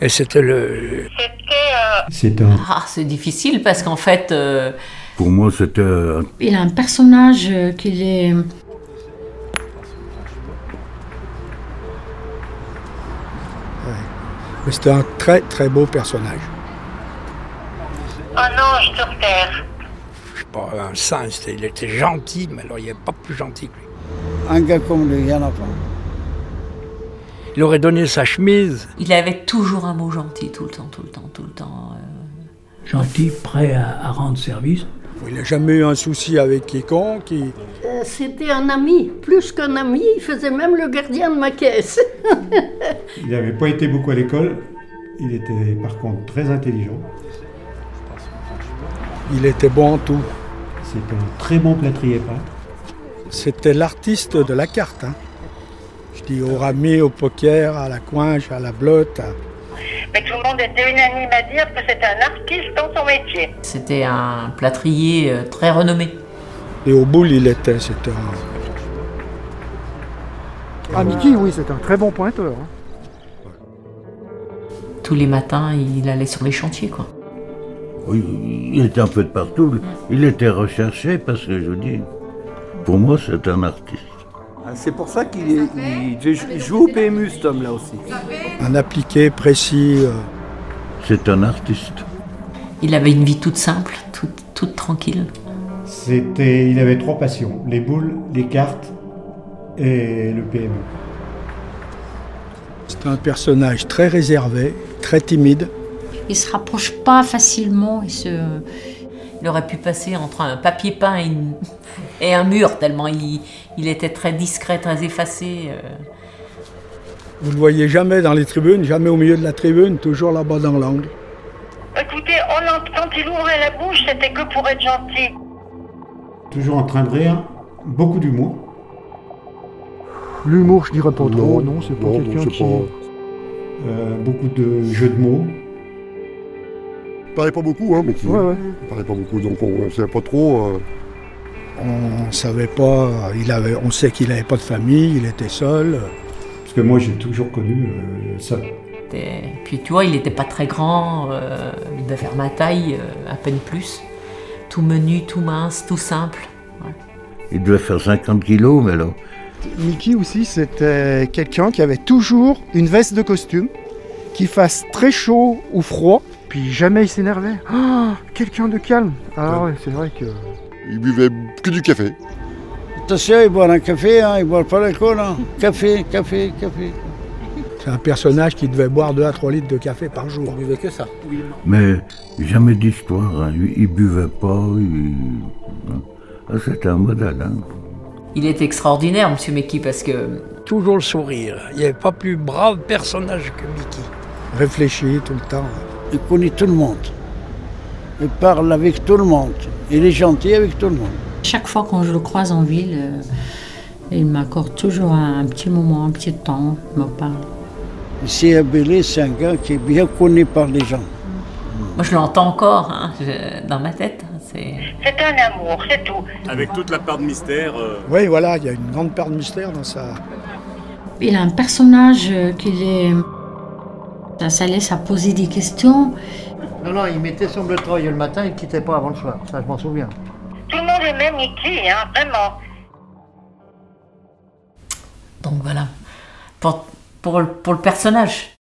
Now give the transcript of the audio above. Et c'était le. C'est un. Ah, c'est difficile parce qu'en fait, euh, Pour moi, c'était un Il a un personnage euh, qu'il est. mais C'était un très très beau personnage. Un ange sur terre. Je sais pas, un saint, c'était- il était gentil, mais alors il n'y avait pas plus gentil que lui. Un gars comme lui, il n'y en a pas. Il aurait donné sa chemise. il avait toujours un mot gentil tout le temps, tout le temps, tout le temps. euh. gentil, prêt à, à rendre service. Il n'a jamais eu un souci avec quiconque. il- Euh, C'était un ami, plus qu'un ami, il faisait même le gardien de ma caisse. Il n'avait pas été beaucoup à l'école. Il était par contre très intelligent. Il était bon en tout. C'est un très bon plâtrier peintre. C'était l'artiste de la carte. hein. Je dis au rami, au poker, à la coinche, à la blotte. à- Mais tout le monde était unanime à dire que c'est un artiste dans son métier. C'était un plâtrier euh, très renommé. Et au boule, il était. C'était un- Ah, Mickey, oui, c'est un très bon pointeur. hein. Tous les matins, il allait sur les chantiers, quoi. Oui, il était un peu de partout. Il était recherché parce que je dis, pour moi, c'est un artiste. Ah, C'est pour ça qu'il est- il devait jou- joue au PMU, cet homme-là aussi. un appliqué, précis. euh, C'est un artiste. Il avait une vie toute simple, toute, toute tranquille. C'était, il avait trois passions les boules, les cartes et le PME. C'était un personnage très réservé, très timide. Il se rapproche pas facilement. Il se. Il aurait pu passer entre un papier peint et, une- et un mur, tellement il, il était très discret, très effacé. euh. Vous ne le voyez jamais dans les tribunes, jamais au milieu de la tribune, toujours là-bas dans l'angle. Écoutez, on l'ent- quand il ouvrait la bouche, c'était que pour être gentil. Toujours en train de rire, beaucoup d'humour. L'humour, je dirais pas trop. Non, Non, c'est pas non, quelqu'un c'est qui. pas- euh, beaucoup de jeux de mots. Il parlait pas beaucoup, hein, mais qui Ouais, ouais. il parlait pas beaucoup, donc on ne savait pas trop. euh, On ne savait pas, il avait, on sait qu'il n'avait pas de famille, il était seul. Parce que moi, j'ai toujours connu euh, ça. C'était- Puis tu vois, il n'était pas très grand, euh, il devait faire ma taille, euh, à peine plus. Tout menu, tout mince, tout simple. Il devait faire 50 kilos, mais alors, Mickey aussi, c'était quelqu'un qui avait toujours une veste de costume, qu'il fasse très chaud ou froid, puis jamais il s'énervait. Ah, quelqu'un de calme. Ah ouais, c'est vrai que. Il buvait que du café. Attention, il boit un café, hein, il boit pas l'alcool. Hein. Café, café, café. C'est un personnage qui devait boire 2 à 3 litres de café par jour. buvait que ça. mais jamais d'histoire. hein. Il, il buvait pas. il- hein. Ah, C'était un modèle. hein. Il était extraordinaire, Monsieur Meki, parce que Toujours le sourire. Il n'y avait pas plus brave personnage que Mickey. Réfléchi tout le temps. Il connaît tout le monde. Il parle avec tout le monde. Il est gentil avec tout le monde. Chaque fois quand je le croise en ville, euh, il m'accorde toujours un, un petit moment, un petit temps. Il me parle. Ici à Bélé, c'est un gars qui est bien connu par les gens. moi je l'entends encore hein, je- dans ma tête. hein, C'est C'est un amour, c'est tout. Avec toute la part de mystère. euh, Oui, voilà, il y a une grande part de mystère dans ça. Il a un personnage euh, qu'il est. Ça, ça laisse à poser des questions. Non, non, il mettait son bleu de travail le matin, il ne quittait pas avant le soir. Ça, je m'en souviens. Tout le monde aimait Mickey, hein, vraiment. donc voilà pour, pour, le- pour le personnage.